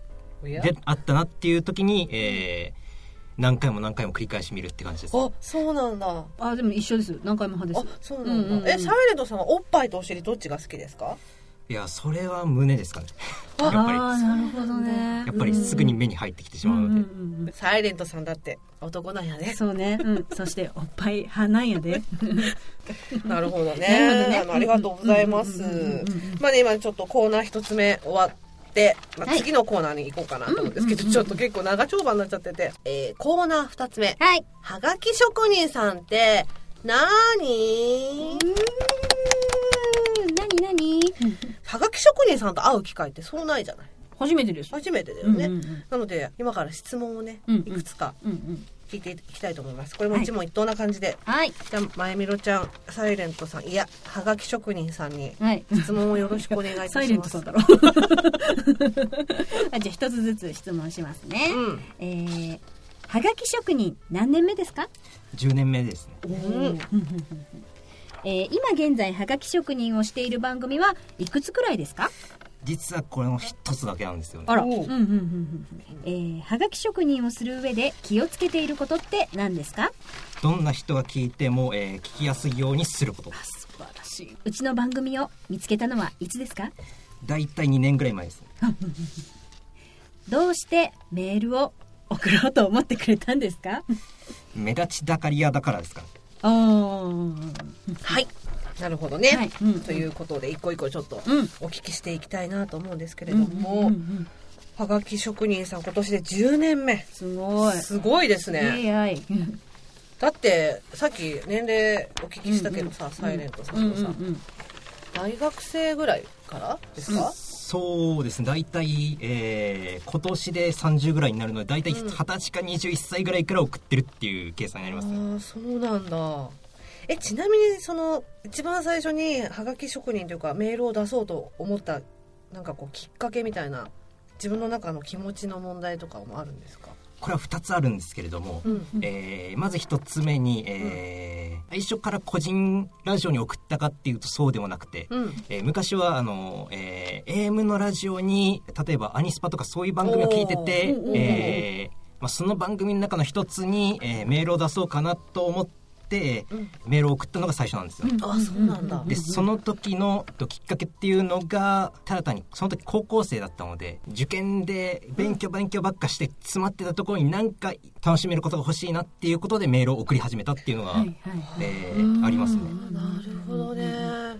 Speaker 1: おや
Speaker 4: であったなっていう時に、えー何回も何回も繰り返し見るって感じです
Speaker 1: あそうなんだあ
Speaker 2: あでも一緒です何回も派です
Speaker 1: そうなんだ、
Speaker 2: うんうんうん
Speaker 1: えサイレントさんはおっぱいとお尻どっちが好きですか
Speaker 4: いやそれは胸ですかねやっ
Speaker 2: あ
Speaker 4: ぱ
Speaker 2: あなるほどね
Speaker 4: りやっぱりすぐに目に入ってきてし
Speaker 2: うん
Speaker 4: ま
Speaker 2: う
Speaker 4: うんので、
Speaker 2: うんうん
Speaker 1: サイレントさんだって男なんやね
Speaker 2: そうね、うん、そしておっぱい派なんやで
Speaker 1: なるほどね
Speaker 2: なるほどね
Speaker 1: あのありがとうございます
Speaker 2: うんうんうんうんうん
Speaker 1: まあね今ちょっとコーナー一つ目終わって、まあ
Speaker 3: はい
Speaker 1: 次のコーナーに行こうかなと思うんですけど、ちょっと結構長丁場になっちゃってて、えーコーナー二つ目
Speaker 3: はい。
Speaker 1: はがき職人さんってなーに
Speaker 3: なになに
Speaker 1: はがき職人さんと会う機会ってそうないじゃない
Speaker 2: 初めてです
Speaker 1: 初めてだよね、
Speaker 2: うんうんうん
Speaker 1: なので今から質問をね、
Speaker 2: うんう
Speaker 1: い
Speaker 2: ん
Speaker 1: くつか
Speaker 2: うんうん
Speaker 1: 聞いていきたいと思いますこれも一問一答な感じで、
Speaker 2: はい
Speaker 1: じゃあまゆみろちゃんサイレントさんいやはがき職人さんに
Speaker 2: はい
Speaker 1: 質問をよろしくお願いいたします
Speaker 2: サイレントさんだろあじゃあ一つずつ質問しますね、
Speaker 1: うん
Speaker 2: えーはがき職人何年目ですか、
Speaker 4: 10年目ですね
Speaker 1: ん
Speaker 2: えー今現在はがき職人をしている番組はいくつくらいですか
Speaker 4: 実はこれも一つだけなんですよね
Speaker 2: あら、
Speaker 1: お
Speaker 2: う
Speaker 1: うん
Speaker 2: うんうんうんえーはがき職人をする上で気をつけていることって何ですか
Speaker 4: どんな人が聞いても、えー聞きやすいようにすること
Speaker 2: 素晴らしいうちの番組を見つけたのはいつですか
Speaker 4: 大体2年ぐらい前ですね
Speaker 2: どうしてメールを送ろうと思ってくれたんです か
Speaker 4: 目立ちたがり屋だからですかね
Speaker 2: あー
Speaker 1: はいなるほどね、
Speaker 2: はいうん
Speaker 1: ということで一個一個ちょっと
Speaker 2: うん
Speaker 1: お聞きしていきたいなと思うんですけれども、
Speaker 2: うんうん
Speaker 1: はがき職人さん今年で10年目
Speaker 2: すごい
Speaker 1: すごいですね、
Speaker 2: いやいや
Speaker 1: だってさっき年齢お聞きしたけどさ、サイレントさんもさ、
Speaker 2: うんうんうん
Speaker 1: 大学生ぐらいからですか、
Speaker 4: そうですね大体、えー今年で30ぐらいになるので大体
Speaker 1: うん
Speaker 4: 20歳か21歳ぐらいから送ってるっていう計算になりますね、
Speaker 1: ああそうなんだえちなみにその一番最初にはがき職人というかメールを出そうと思ったなんかこうきっかけみたいな自分の中の気持ちの問題とかもあるんですか
Speaker 4: これは2つあるんですけれども、
Speaker 1: うん
Speaker 4: えーまず1つ目に、えー最初から個人ラジオに送ったかっていうとそうでもなくて、
Speaker 1: うん
Speaker 4: えー昔はあの、えー AM のラジオに例えば「アニスパ」とかそういう番組を聞いてて
Speaker 2: おー、
Speaker 4: えーまあ、その番組の中の一つに、えーメールを出そうかなと思って、
Speaker 1: うん
Speaker 4: メールを送ったのが最初なんですよ。
Speaker 1: あそうなんだ
Speaker 4: でその時のえっときっかけっていうのがただ単にその時高校生だったので受験で勉強勉強ばっかして詰まってたところに何か楽しめることが欲しいなっていうことでメールを送り始めたっていうのが、
Speaker 2: はいはい
Speaker 4: えーありますね。
Speaker 1: なるほどね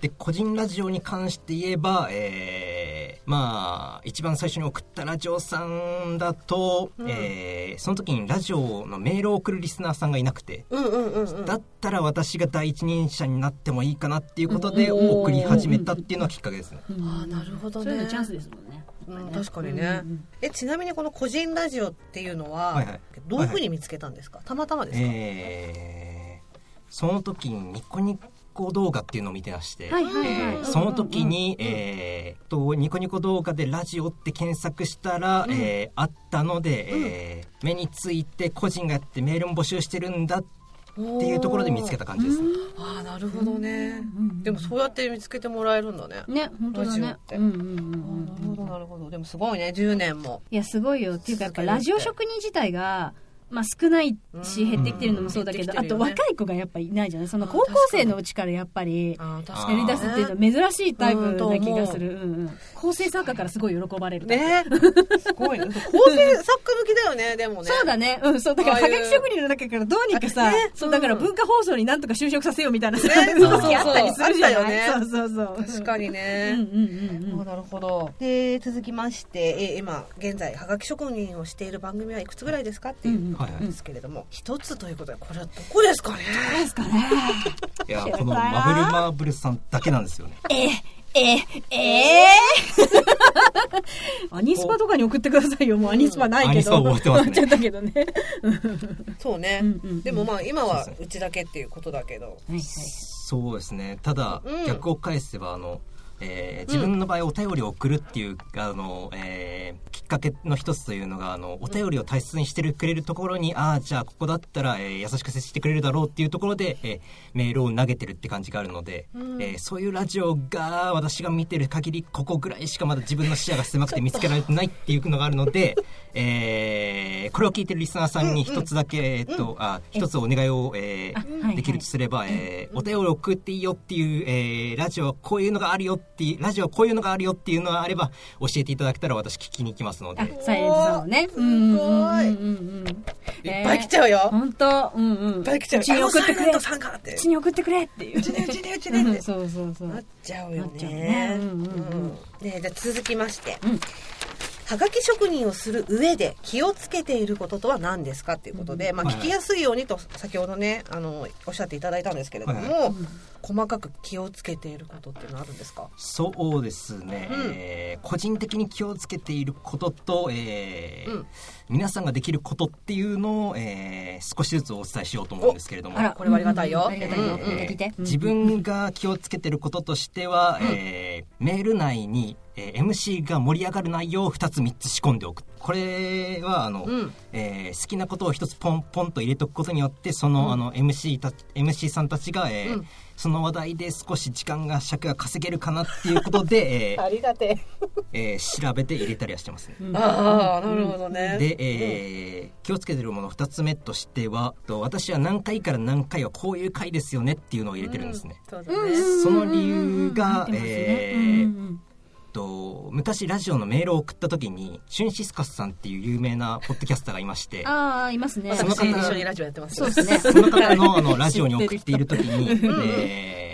Speaker 4: で個人ラジオに関して言えば、えーまあ一番最初に送ったラジオさんだと、
Speaker 1: うん
Speaker 4: えーその時にラジオのメールを送るリスナーさんがいなくて。
Speaker 1: うんうんうんうん
Speaker 4: だったら私が第一人者になってもいいかなっていうことで
Speaker 2: うん
Speaker 4: 送り始めたっていうのはきっかけですね。
Speaker 1: ああなるほど
Speaker 2: そ
Speaker 1: ね
Speaker 2: れのチャンスですもんね
Speaker 1: うん、確かにね、
Speaker 2: うんうん
Speaker 1: えちなみにこの個人ラジオっていうのは、
Speaker 4: はいはい
Speaker 1: どういうふうに見つけたんですか、たまたまですか、
Speaker 4: えーその時にニコニコ動画っていうのを見てまして、
Speaker 2: はいはいはい
Speaker 4: えー
Speaker 2: うん
Speaker 4: その時に、えーとニコニコ動画でラジオって検索したら、えーあったので、えー目について個人がやってメールも募集してるんだっていうところで見つけ
Speaker 1: た
Speaker 4: た感じですね。
Speaker 1: ああなるほどね、
Speaker 2: うん
Speaker 1: でもそうやって見つけてもらえるんだね、
Speaker 2: ね本当だ
Speaker 1: ラジオ
Speaker 2: ね
Speaker 1: って
Speaker 2: うんうんうんう
Speaker 1: なるほ
Speaker 2: ん
Speaker 1: どなるほどでもすごいね10年も
Speaker 2: いやすごいよっていうかやっぱラジオ職人自体が、まあ、少ないうし
Speaker 1: ん
Speaker 2: 減ってきてるのもそうだけど、
Speaker 1: 減っ
Speaker 2: あ
Speaker 1: てきて
Speaker 2: と
Speaker 1: るよね
Speaker 2: 若い子がやっぱいないじゃないその
Speaker 1: あ
Speaker 2: 高校生のうちからやっぱりや
Speaker 1: ああ
Speaker 4: 確かに
Speaker 2: り出すっていうのは珍しいタイプな気がする、
Speaker 1: う
Speaker 2: うんうん、構成作家からすごい喜ばれるタイプ
Speaker 1: ねすごいね構成作家向きだよねでもね
Speaker 2: そうだね。うん、そう、だから、
Speaker 1: ああ
Speaker 2: は
Speaker 1: い
Speaker 2: が
Speaker 1: う
Speaker 2: き職人の中からどうにかさ、そう、だから文化放送になんとか就職させようみたいなさ、
Speaker 1: ね
Speaker 2: そういう時あったりするじゃない
Speaker 1: そう
Speaker 2: そうそうそう。
Speaker 1: 確かにね、
Speaker 2: うんうんうんう
Speaker 1: あ
Speaker 2: ん。
Speaker 1: なるほどで続きましてえ今現在はがき職人をしている番組はいくつぐらいですかっていうことなんですけれども一、つということでこれはどこですかね
Speaker 2: ですかね。
Speaker 4: いやこのマブルマーブルさんだけなんですよね。
Speaker 2: え、えー、ア ニスパとかに送ってくださいよ。もうアニスパないけど。
Speaker 4: アニスパ終わってます ね
Speaker 2: 終わっちゃったけどね。
Speaker 1: そうね、
Speaker 2: うんうんうん
Speaker 1: でもまあ今はうちだけっていうことだけど
Speaker 2: はいはい。
Speaker 4: そうですねただ、
Speaker 1: うん
Speaker 4: 逆を返せばあのえー自分の場合お便りを送るっていう、あの、えーきっかけの一つというのがあのお便りを大切にしてるくれるところにああじゃあここだったら、えー優しく接してくれるだろうっていうところで、えーメールを投げてるって感じがあるので、えーそういうラジオが私が見てる限りここぐらいしかまだ自分の視野が狭くて見つけられてないっていうのがあるので、えーこれを聞いてるリスナーさんに一つだけ、えーっとあ一つお願いを、えー
Speaker 2: あはい
Speaker 4: できるとすれば、えーお便り送っていいよっていう、えーラジオはこういうのがあるよっていうラジオはこういうのがあるよっていうのがあれば教えていただけたら私聞きに行きますので
Speaker 2: あ、サイレントさんをね。
Speaker 1: おー
Speaker 2: うんうんうんうんうんうん。
Speaker 1: いっぱい来ちゃうよ
Speaker 2: 本当うんうん。
Speaker 1: いっぱい来ちゃう
Speaker 2: うちに送ってくれ。
Speaker 1: あ
Speaker 2: う
Speaker 1: のサイレントさんがって
Speaker 2: ちに送ってくれっていう。う
Speaker 1: ちねうちねうちねって
Speaker 2: んそうそうそう。
Speaker 1: なっちゃうよ
Speaker 2: なっちゃう
Speaker 1: ね
Speaker 2: ねうんうんうん
Speaker 1: ねじゃあ続きまして、
Speaker 2: うん
Speaker 1: はがき職人をする上で気をつけていることとは何ですかっていうことで、まあ、
Speaker 4: はい
Speaker 1: 聞きやすいようにと先ほどねあのおっしゃっていただいたんですけれども、
Speaker 4: はい
Speaker 1: 細かく気をつけていることっていうのはあるんですか
Speaker 4: そうですね、
Speaker 1: うん
Speaker 4: えー個人的に気をつけていることと、えー
Speaker 1: うん
Speaker 4: 皆さんができることっていうのを、えー少しずつお伝えしようと思うんですけれども
Speaker 2: あら、
Speaker 1: これはありがたいよ
Speaker 2: うんうんありがたいよ。
Speaker 1: うんうん
Speaker 2: やって
Speaker 4: え
Speaker 2: きて
Speaker 4: ー。自分が気をつけてることとしては、えーメール内に、えー MC が盛り上がる内容を2つ3つ仕込んでおくこれはあの、
Speaker 1: うん
Speaker 4: えー好きなことを1つポンポンと入れとくことによってその,、あの MC, た MC さんたちが、えー
Speaker 1: うん
Speaker 4: その話題で少し時間が尺が稼げるかなっていうこと で、えー
Speaker 1: りがて
Speaker 4: えー調べて入れたりはしてますね。
Speaker 2: うん
Speaker 1: ああなるほどね
Speaker 4: で、えー気をつけてるもの2つ目としてはと私は何回から何回はこういう回ですよねっていうのを入れてるんですね。
Speaker 1: そうだ
Speaker 2: うんうん
Speaker 1: ね
Speaker 2: うんうん
Speaker 4: その理由が
Speaker 2: 入ってますね
Speaker 4: えー
Speaker 2: うんうん
Speaker 4: と昔ラジオのメールを送った時にシュンシスカスさんっていう有名なポッドキャスターがいまして
Speaker 2: うんああ、いますね。
Speaker 1: 私
Speaker 4: その方
Speaker 1: 一緒にラジオやってます
Speaker 2: そ
Speaker 1: よ
Speaker 2: うですね。
Speaker 4: その方のあ のラジオに送っている時に、えー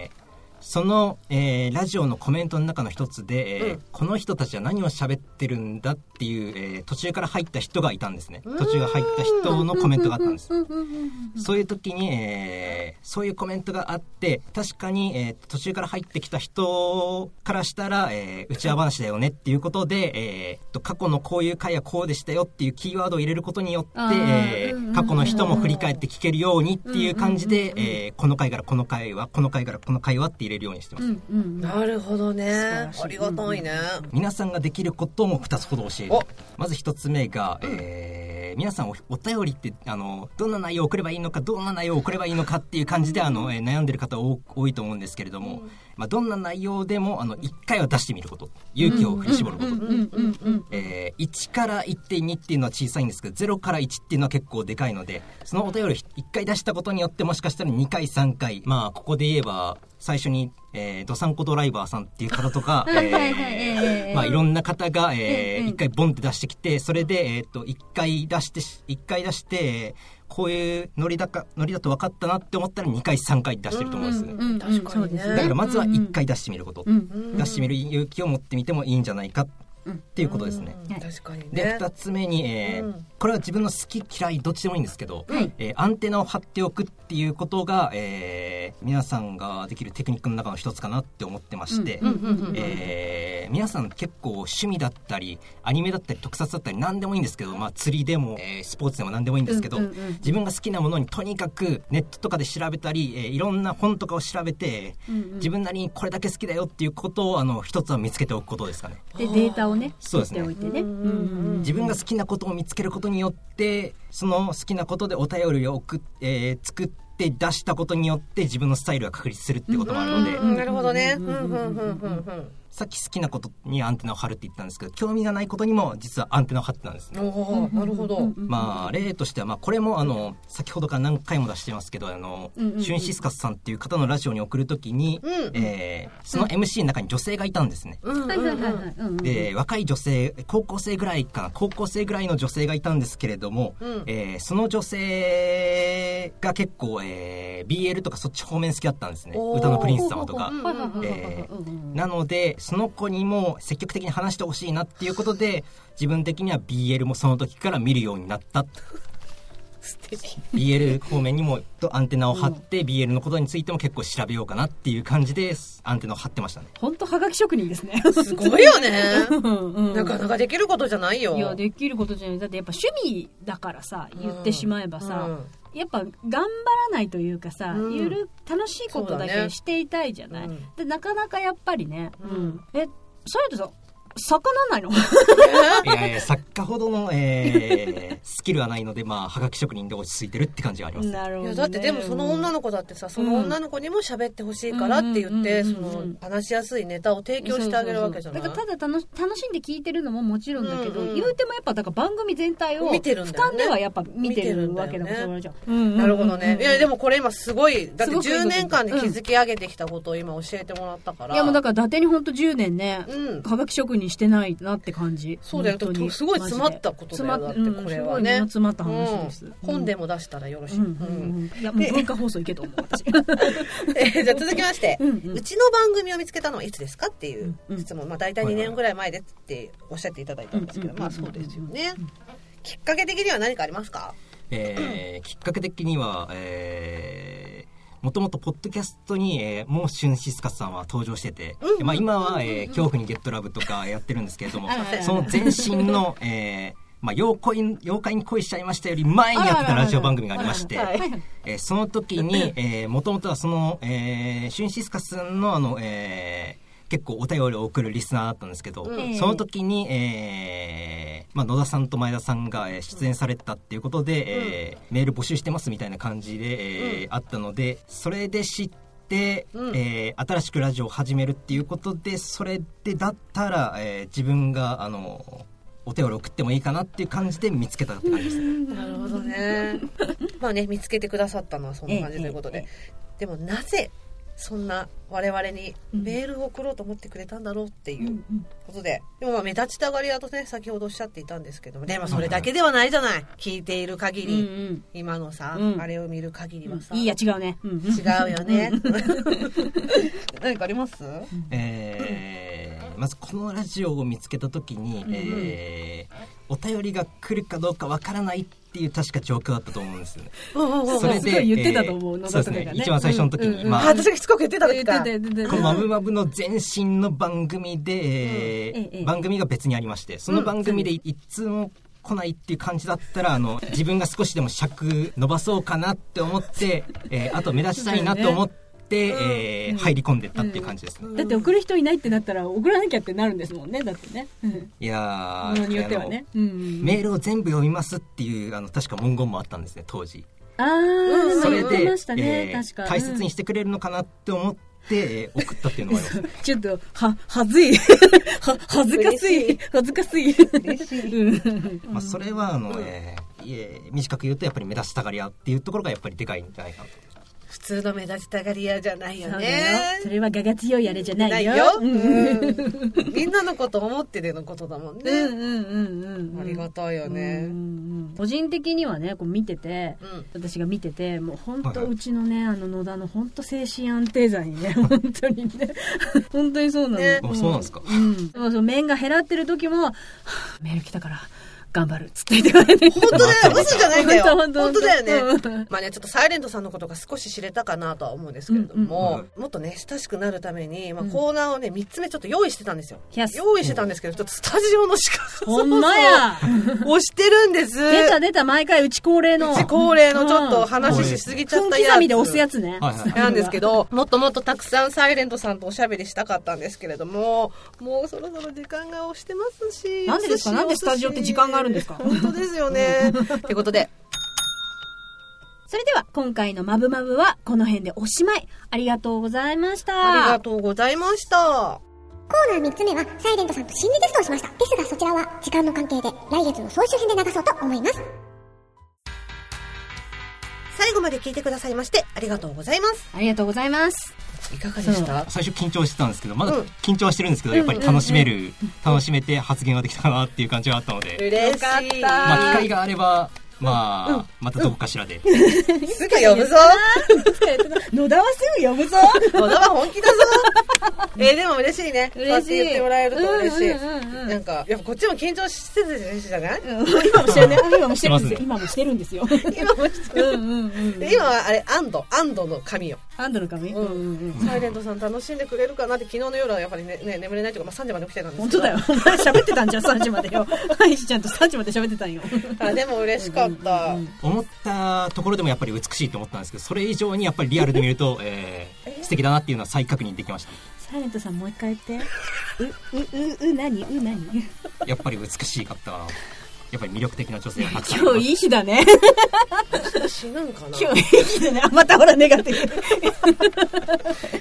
Speaker 4: その、えーラジオのコメントの中の一つで、えー
Speaker 1: うん
Speaker 4: この人たちは何を喋ってるんだっていう、えー途中から入った人がいたんですね途中が入った人のコメントがあったんです
Speaker 2: うんうんうんうん
Speaker 4: そういう時に、えーそういうコメントがあって確かに、えー途中から入ってきた人からしたら、えー、うちわ話だよねっていうことで、えーと過去のこういう回はこうでしたよっていうキーワードを入れることによって、
Speaker 2: あー
Speaker 4: えー
Speaker 2: うんうんうん
Speaker 4: 過去の人も振り返って聞けるようにっていう感じ
Speaker 2: うん
Speaker 4: で、
Speaker 2: うんうんうん
Speaker 4: えーこの回からこの回はこの回からこの回はって入れるようにしてま
Speaker 2: う
Speaker 4: す、
Speaker 2: んうんうん。
Speaker 1: なるほどね
Speaker 2: 素晴らしい
Speaker 1: ありがたいね
Speaker 4: 皆さんができることも2つほど教える
Speaker 1: お
Speaker 4: まず1つ目が、えー皆さんおお便りってあのどんな内容を送ればいいのかどんな内容を送ればいいのかっていう感じであの、えー悩んでる方多多いと思うんですけれども、まあ、どんな内容でもあの1回は出してみること勇気を振り絞ること、
Speaker 2: うんうんうんうん。
Speaker 4: えー1から1.2っていうのは小さいんですけど0から1っていうのは結構でかいのでそのお便り1回出したことによってもしかしたら2回3回まあここで言えば最初に、えー、ドサンコドライバーさんっていう方とか
Speaker 2: はいはいはい
Speaker 4: え
Speaker 2: え
Speaker 4: ー
Speaker 2: ー
Speaker 4: まあいろんな方が、え
Speaker 2: え
Speaker 4: ー
Speaker 2: ー
Speaker 4: 1回ボンって出してきてそれで、えー、と1回出してし一回出してえーこういうノリだかノリだと分かったなって思ったら2回3回出してると思うんですね、
Speaker 2: うんうん
Speaker 1: 確かにね
Speaker 4: だからまずは1回出してみること、
Speaker 2: うん。
Speaker 1: うん
Speaker 4: 出してみる勇気を持ってみてもいいんじゃないかっていうことですね、
Speaker 1: うん確かに
Speaker 4: で
Speaker 1: ね
Speaker 4: 2つ目に、えー
Speaker 1: うん
Speaker 4: これは自分の好き嫌いどっちでもいいんですけど、
Speaker 2: はい
Speaker 4: えーアンテナを張っておくっていうことが、えー皆さんができるテクニックの中の一つかなって思ってまして、
Speaker 2: うんうんうんうん
Speaker 4: えー皆さん結構趣味だったりアニメだったり特撮だったり何でもいいんですけど、まあ、釣りでも、えースポーツでも何でもいいんですけど、
Speaker 2: うんうんうん
Speaker 4: 自分が好きなものにとにかくネットとかで調べたり、えーいろんな本とかを調べて、
Speaker 2: うんうん
Speaker 4: 自分なりにこれだけ好きだよっていうことをあの一つは見つけておくことですかね。
Speaker 2: で、データをね、
Speaker 4: そうですね
Speaker 2: 取っておいてね。
Speaker 1: うん
Speaker 2: うん
Speaker 1: う
Speaker 2: うん
Speaker 1: うん
Speaker 2: ん
Speaker 4: 自分が好きなことを見つけることによってその好きなことでお便りを送っ、えー作って出したことによって自分のスタイルが確立するってこともあるので、
Speaker 1: うんなるほどねうん
Speaker 2: ん
Speaker 1: う
Speaker 2: うん
Speaker 1: う
Speaker 2: んうんん
Speaker 1: う
Speaker 2: うん
Speaker 1: うん
Speaker 4: さっき好きなことにアンテナを張るって言ったんですけど興味がないことにも実はアンテナを張ってたんですね。
Speaker 1: おーなるほど
Speaker 4: まあ、例としては、まあ、これもあの先ほどから何回も出してますけどあの、
Speaker 2: うんうんうん
Speaker 4: シュンシスカスさんっていう方のラジオに送るときに、
Speaker 1: うん
Speaker 4: えーその MC の中に女性がいたんですね。
Speaker 1: うんうん
Speaker 2: はいはいはいはい。うんうん
Speaker 4: で若い女性高校生ぐらいかな高校生ぐらいの女性がいたんですけれども、
Speaker 1: うん
Speaker 4: えーその女性が結構、えー BL とかそっち方面好きだったんですね
Speaker 1: おー
Speaker 4: 歌のプリンス様とか
Speaker 2: ほう。ほうほうほう
Speaker 4: え
Speaker 2: ほうほうほうほうほうほう
Speaker 4: ーなのでその子にも積極的に話してほしいなっていうことで自分的には BL もその時から見るようになった
Speaker 1: 素敵
Speaker 4: BL 方面にもとアンテナを張って BL のことについても結構調べようかなっていう感じでアンテナを張ってましたね。
Speaker 2: ほんとはがき職人ですね。
Speaker 1: すごいよね
Speaker 2: うんうん
Speaker 1: なかなかできることじゃないよ
Speaker 2: いやできることじゃないだってやっぱ趣味だからさ言ってしまえばさ、
Speaker 1: うん
Speaker 2: やっぱ頑張らないというかさ、
Speaker 1: うん
Speaker 2: ゆる楽しいことだ
Speaker 1: そうだ
Speaker 2: け
Speaker 1: ね
Speaker 2: していたいじゃない、
Speaker 1: うん
Speaker 2: でなかなかやっぱりね、
Speaker 1: うん
Speaker 2: えそれとさ魚ないの
Speaker 4: いやいや作家ほどの、えー、スキルはないのでまあはがき職人で落ち着いてるって感じがあります、
Speaker 2: なる
Speaker 1: いやだってでもその女
Speaker 2: の
Speaker 1: の子だってさその女の子にも喋ってほしいからって言って、
Speaker 2: うん
Speaker 1: そ
Speaker 2: うんうんうん
Speaker 1: の話しやすいネタを提供してあげるわけじゃない
Speaker 2: だからただ楽し楽しんで聞いてるのももちろんだけど、
Speaker 1: うんうん
Speaker 2: 言うてもやっぱだから番組全体を
Speaker 1: 見てるん
Speaker 2: 俯
Speaker 1: だよね
Speaker 2: 瞰ではやっぱ見てるわけだ
Speaker 1: 見て
Speaker 2: か
Speaker 1: るんだよ
Speaker 2: ら
Speaker 1: ね
Speaker 2: じゃんうんうんうんうん
Speaker 1: なるほどね、いやでもこれ今すごいだっ
Speaker 2: す
Speaker 1: て
Speaker 2: ごくいいこ
Speaker 1: 10
Speaker 2: と
Speaker 1: 年間で築き上げてきたことを今教えてもらったから
Speaker 2: いやもうだから伊達に本当10年ね、
Speaker 1: うん
Speaker 2: はがき職人してないなって感じ
Speaker 1: そうだよ
Speaker 2: 本当に
Speaker 1: とすごい詰まったことだよ
Speaker 2: マジ
Speaker 1: だ
Speaker 2: で
Speaker 1: って
Speaker 2: 詰ま
Speaker 1: これ
Speaker 2: う
Speaker 1: は
Speaker 2: ん
Speaker 1: ね
Speaker 2: すごい胸詰まった話です、
Speaker 1: う
Speaker 2: うんん、
Speaker 1: 本でも出したらよろし
Speaker 2: う
Speaker 1: い、
Speaker 2: んう
Speaker 1: うん
Speaker 2: んうんいやもう文化放送いけと思う私
Speaker 1: えーじゃあ続きまして、う
Speaker 2: うんうん
Speaker 1: ちの番組を見つけたのはいつですかっていう
Speaker 2: うんうん
Speaker 1: 質問、まあ、大体2年ぐらい前でっておっしゃっていただいたんですけど、
Speaker 2: うんうん
Speaker 1: まあそうですよね、きっかけ的には何かありますか
Speaker 4: え ーきっかけ的には、えーもともとポッドキャストに、えーもうシュンシスカスさんは登場してて、まあ、今は、えー恐怖にゲットラブ」とかやってるんですけれ ども
Speaker 2: あらあらあら
Speaker 4: その前身の、えーまあ、妖怪妖怪に恋しちゃいましたより前にやってたラジオ番組がありまして
Speaker 2: あらあらあらあらはい
Speaker 4: えーその時 に、えー、もともとはその、えー、シュンシスカスのあの、えー結構お便りを送るリスナーだったんですけど、
Speaker 2: うん
Speaker 4: その時に、えーまあ、野田さんと前田さんがえー出演されたっていうことで、えーメール募集してますみたいな感じで、えーあったのでそれで知って。
Speaker 1: うん
Speaker 4: えー新しくラジオを始めるっていうことでそれでだったら、えー自分があのお手を送ってもいいかなっていう感じで見つけたって感じですね。
Speaker 1: なるほどね まあね見つけてくださったのはそんな感じということで、
Speaker 2: ええ
Speaker 1: でもなぜそんな我々にメールを送ろうと思ってくれたんだろうっていううん
Speaker 2: うん
Speaker 1: ことで、でもまあ目立ちたがり屋とね先ほどおっしゃっていたんですけどもでもそれだけではないじゃない聞いている限り、
Speaker 2: うん
Speaker 1: 今のさ、
Speaker 2: うん
Speaker 1: あれを見る限りはさ、
Speaker 2: うんいいや違うね、うんうん
Speaker 1: 違うよね。 何かあります？
Speaker 4: えーまずこのラジオを見つけた時に、
Speaker 2: ん
Speaker 4: えーお便りが来るかどうかわからないっていう確か状況だったと思うんですよね。
Speaker 2: う
Speaker 4: それ
Speaker 2: す
Speaker 4: で
Speaker 2: ごい言ってたと思う
Speaker 4: えー
Speaker 2: 野
Speaker 4: そう
Speaker 2: 田さ
Speaker 4: です
Speaker 2: んがね
Speaker 4: ね一番最初の時に、
Speaker 2: うんうん
Speaker 4: ま
Speaker 1: あ、
Speaker 4: あ、
Speaker 1: 私がしつこく言ってた
Speaker 2: 言
Speaker 1: 時
Speaker 2: って
Speaker 1: か。
Speaker 2: た言ってた
Speaker 4: この「マブマブ」の前身の番組で、
Speaker 2: う
Speaker 4: えー
Speaker 2: んええ
Speaker 4: 番組が別にありましてその番組で一通も来ないっていう感じだったらあの自分が少しでも尺伸ばそうかなって思って、えーあと目立ちたいなと思って、えー入り込んでったっていう感じですね。
Speaker 2: だって送る人いないってなったら送らなきゃってなるんですもんねだってねうん
Speaker 4: いや
Speaker 2: も
Speaker 4: ー
Speaker 2: のによってはねうんうん
Speaker 4: メールを全部読みますっていうあの確か文言もあったんですね当時
Speaker 2: ああ
Speaker 4: そ
Speaker 2: そ
Speaker 4: れ
Speaker 2: れ
Speaker 4: で、
Speaker 2: でましたね
Speaker 4: えー
Speaker 2: 確か
Speaker 4: 大切にしてくれるのかなって思って、えー送ったっていうのがあります
Speaker 2: ちょっと、は、はずい。 は、恥ずかしい。恥ずかしい。うん
Speaker 4: まあ、それはあの、えーいえ短く言うとやっぱり目立ちたがり屋っていうところがやっぱりでかいんじゃないかなと
Speaker 1: 普通の目立ちたがり屋じゃないよ
Speaker 2: そうだよ
Speaker 1: ね。
Speaker 2: それは我が強いあれじゃな
Speaker 1: ないい
Speaker 2: よ。
Speaker 1: よ。
Speaker 2: う
Speaker 1: うんんみんなのこと思ってでのことだもん
Speaker 2: うん
Speaker 1: ね。
Speaker 2: うんうんうん。
Speaker 1: ありがたいよ
Speaker 2: うん
Speaker 1: ね。
Speaker 2: うんうん個人的にはね、こう見てて、
Speaker 1: うん。
Speaker 2: 私が見ててもう本
Speaker 4: はい
Speaker 2: 当
Speaker 4: はいう
Speaker 2: ちのねあの野田の本当精神安定剤にね 本当にね本当にそうなの、
Speaker 1: ね
Speaker 4: あそうなんですか
Speaker 2: うん、でもその面が減らってる時もは あメール来たから頑張るっつって言って言
Speaker 1: 本当だ
Speaker 4: ま
Speaker 1: よ。
Speaker 4: た
Speaker 1: 嘘じゃないんだよ。
Speaker 2: 本
Speaker 1: 本
Speaker 2: 当本当
Speaker 1: 当だよ
Speaker 2: 本当
Speaker 1: ね。まあね、ちょっとサイレントさんのことが少し知れたかなとは思うんですけれど
Speaker 4: うん
Speaker 1: も
Speaker 4: うん、
Speaker 1: もっとね、親しくなるために、まあ
Speaker 2: うん
Speaker 1: コーナーをね、3つ目ちょっと用意してたんですよ。
Speaker 2: Yes
Speaker 1: 用意してたんですけど、ちょっとスタジオの仕方
Speaker 2: ほんまや
Speaker 1: 押してるんです。
Speaker 2: 出た出た毎回うち恒例の
Speaker 1: うち恒例のちょっと話しすぎちゃっ
Speaker 2: 分
Speaker 1: たやつ。
Speaker 2: 刻みで押すやつね、
Speaker 4: はいはいはい
Speaker 1: なんですけど、もっともっとたくさんサイレントさんとおしゃべりしたかったんですけれども、もうそろそろ時間が押してますし。
Speaker 2: なんでですか
Speaker 1: お寿司
Speaker 2: なんでスタジオって時間があるんですか
Speaker 1: お寿司本当ですよ ね。ってことで、
Speaker 2: それでは今回の「まぶまぶ」はこの辺でおしまいありがとうございまし
Speaker 1: あり
Speaker 2: た
Speaker 1: がとうございました。
Speaker 3: コーナー3つ目は、サイレントさんと心理テストをしました。ですがそちらは、時間の関係で、来月の総集編で流そうと思います。
Speaker 1: 最後まで聞いてくださいまして、ありがとうございます。
Speaker 2: ありがとうございます
Speaker 1: いかがでした
Speaker 4: 最初緊張してたんですけどまだ
Speaker 1: うん
Speaker 4: 緊張はしてるんですけど、やっぱり楽しめる、楽しめて発言ができたかなっていう感じがあったので、
Speaker 1: 嬉しい。
Speaker 2: よか
Speaker 4: まあ、機会があればまあ、またどこかしらで、
Speaker 1: すぐ呼ぶぞ。
Speaker 2: 野田はすぐ呼ぶぞ
Speaker 1: 野田は本気だ ぞ。えーでも嬉しいね。そうやって言ってもらえると嬉しい。
Speaker 2: うんうんうんうん
Speaker 1: なんか、やっぱこっちも緊張してたじゃない
Speaker 2: 今もしてるね今もしてるんですよ
Speaker 4: して
Speaker 1: 今
Speaker 2: 今もしてるんですよ
Speaker 1: もして
Speaker 2: うんうんうん
Speaker 1: で今はあれ、安堵、安堵の髪よ。
Speaker 3: アンドの髪、
Speaker 1: うん
Speaker 3: うんうん
Speaker 1: サイレントさん楽しんでくれるかなって昨日の夜はやっぱりねね眠れないというか、まあ、3時まで起きてたんです
Speaker 3: 本
Speaker 1: け
Speaker 3: 当
Speaker 1: ど
Speaker 3: だよ。お前喋ってたんじゃん、3時までよ。石ちゃんと3時まで喋ってたんよ。
Speaker 1: あでも嬉しかった、
Speaker 3: うんうん
Speaker 4: 思ったところでもやっぱり美しいと思ったんですけどそれ以上にやっぱりリアルで見ると、えー素敵だなっていうのは再確認できまし
Speaker 3: サイレントさんもう一回言って。う、う、う、う、なに、う、なに。
Speaker 4: たやっぱり美しかったやっぱり魅力的な女性がたくさん
Speaker 3: 今日いい日だね。
Speaker 1: 死ぬんかな、
Speaker 3: 今日いい日 だね。あまたほらネガティブ。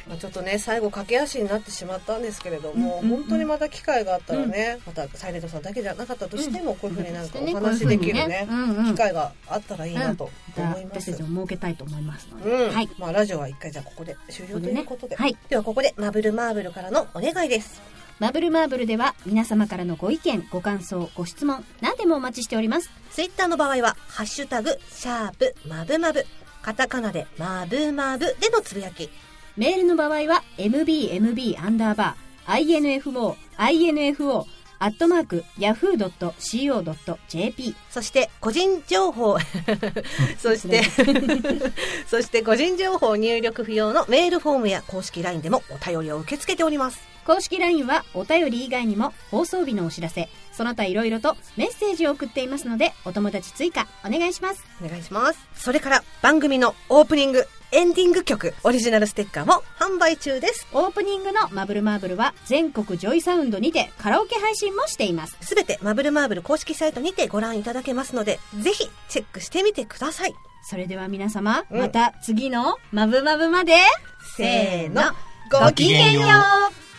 Speaker 1: まあ、ちょっとね最後駆け足になってしまったんですけれども、
Speaker 3: うんうんうん
Speaker 1: 本当にまた機会があったらね、またサイレントさんだけじゃなかったとしても、こういうふうになんかお話できるね,、
Speaker 3: うんうん
Speaker 1: 機会があったらいいなと
Speaker 3: また
Speaker 1: 思いま
Speaker 3: 私
Speaker 1: す、
Speaker 3: たちも設けたいと思いますので。
Speaker 1: うん
Speaker 3: はい。
Speaker 1: まあ、ラジオは一回じゃあここで終了ということで
Speaker 3: ここでねはい
Speaker 1: ではここでマブルマーブルからのお願いです
Speaker 3: マブルマーブルでは皆様からのご意見、ご感想、ご質問、何でもお待ちしております。
Speaker 1: ツイッターの場合は「ハッシュタグシャープマブマブ」カタカナで「マブマブ」でのつぶやき
Speaker 3: メールの場合は mbmb アンダーバー info info アットマーク yahoo.co.jp
Speaker 1: そして個人情報そして そして個人情報入力不要のメールフォームや公式 LINE でもお便りを受け付けております
Speaker 3: 公式 LINE はお便り以外にも放送日のお知らせその他いろいろとメッセージを送っていますのでお友達追加お願いします
Speaker 1: お願いしますそれから番組のオープニングエンディング曲オリジナルステッカーも販売中です
Speaker 3: オープニングの「マブルマーブル」は全国ジョイサウンドにてカラオケ配信もしています
Speaker 1: すべてマブルマーブル公式サイトにてご覧いただけますのでぜひチェックしてみてください
Speaker 3: それでは皆様、
Speaker 1: うん
Speaker 3: また次の「マブマブ」まで
Speaker 1: せーの
Speaker 3: ごきげんよう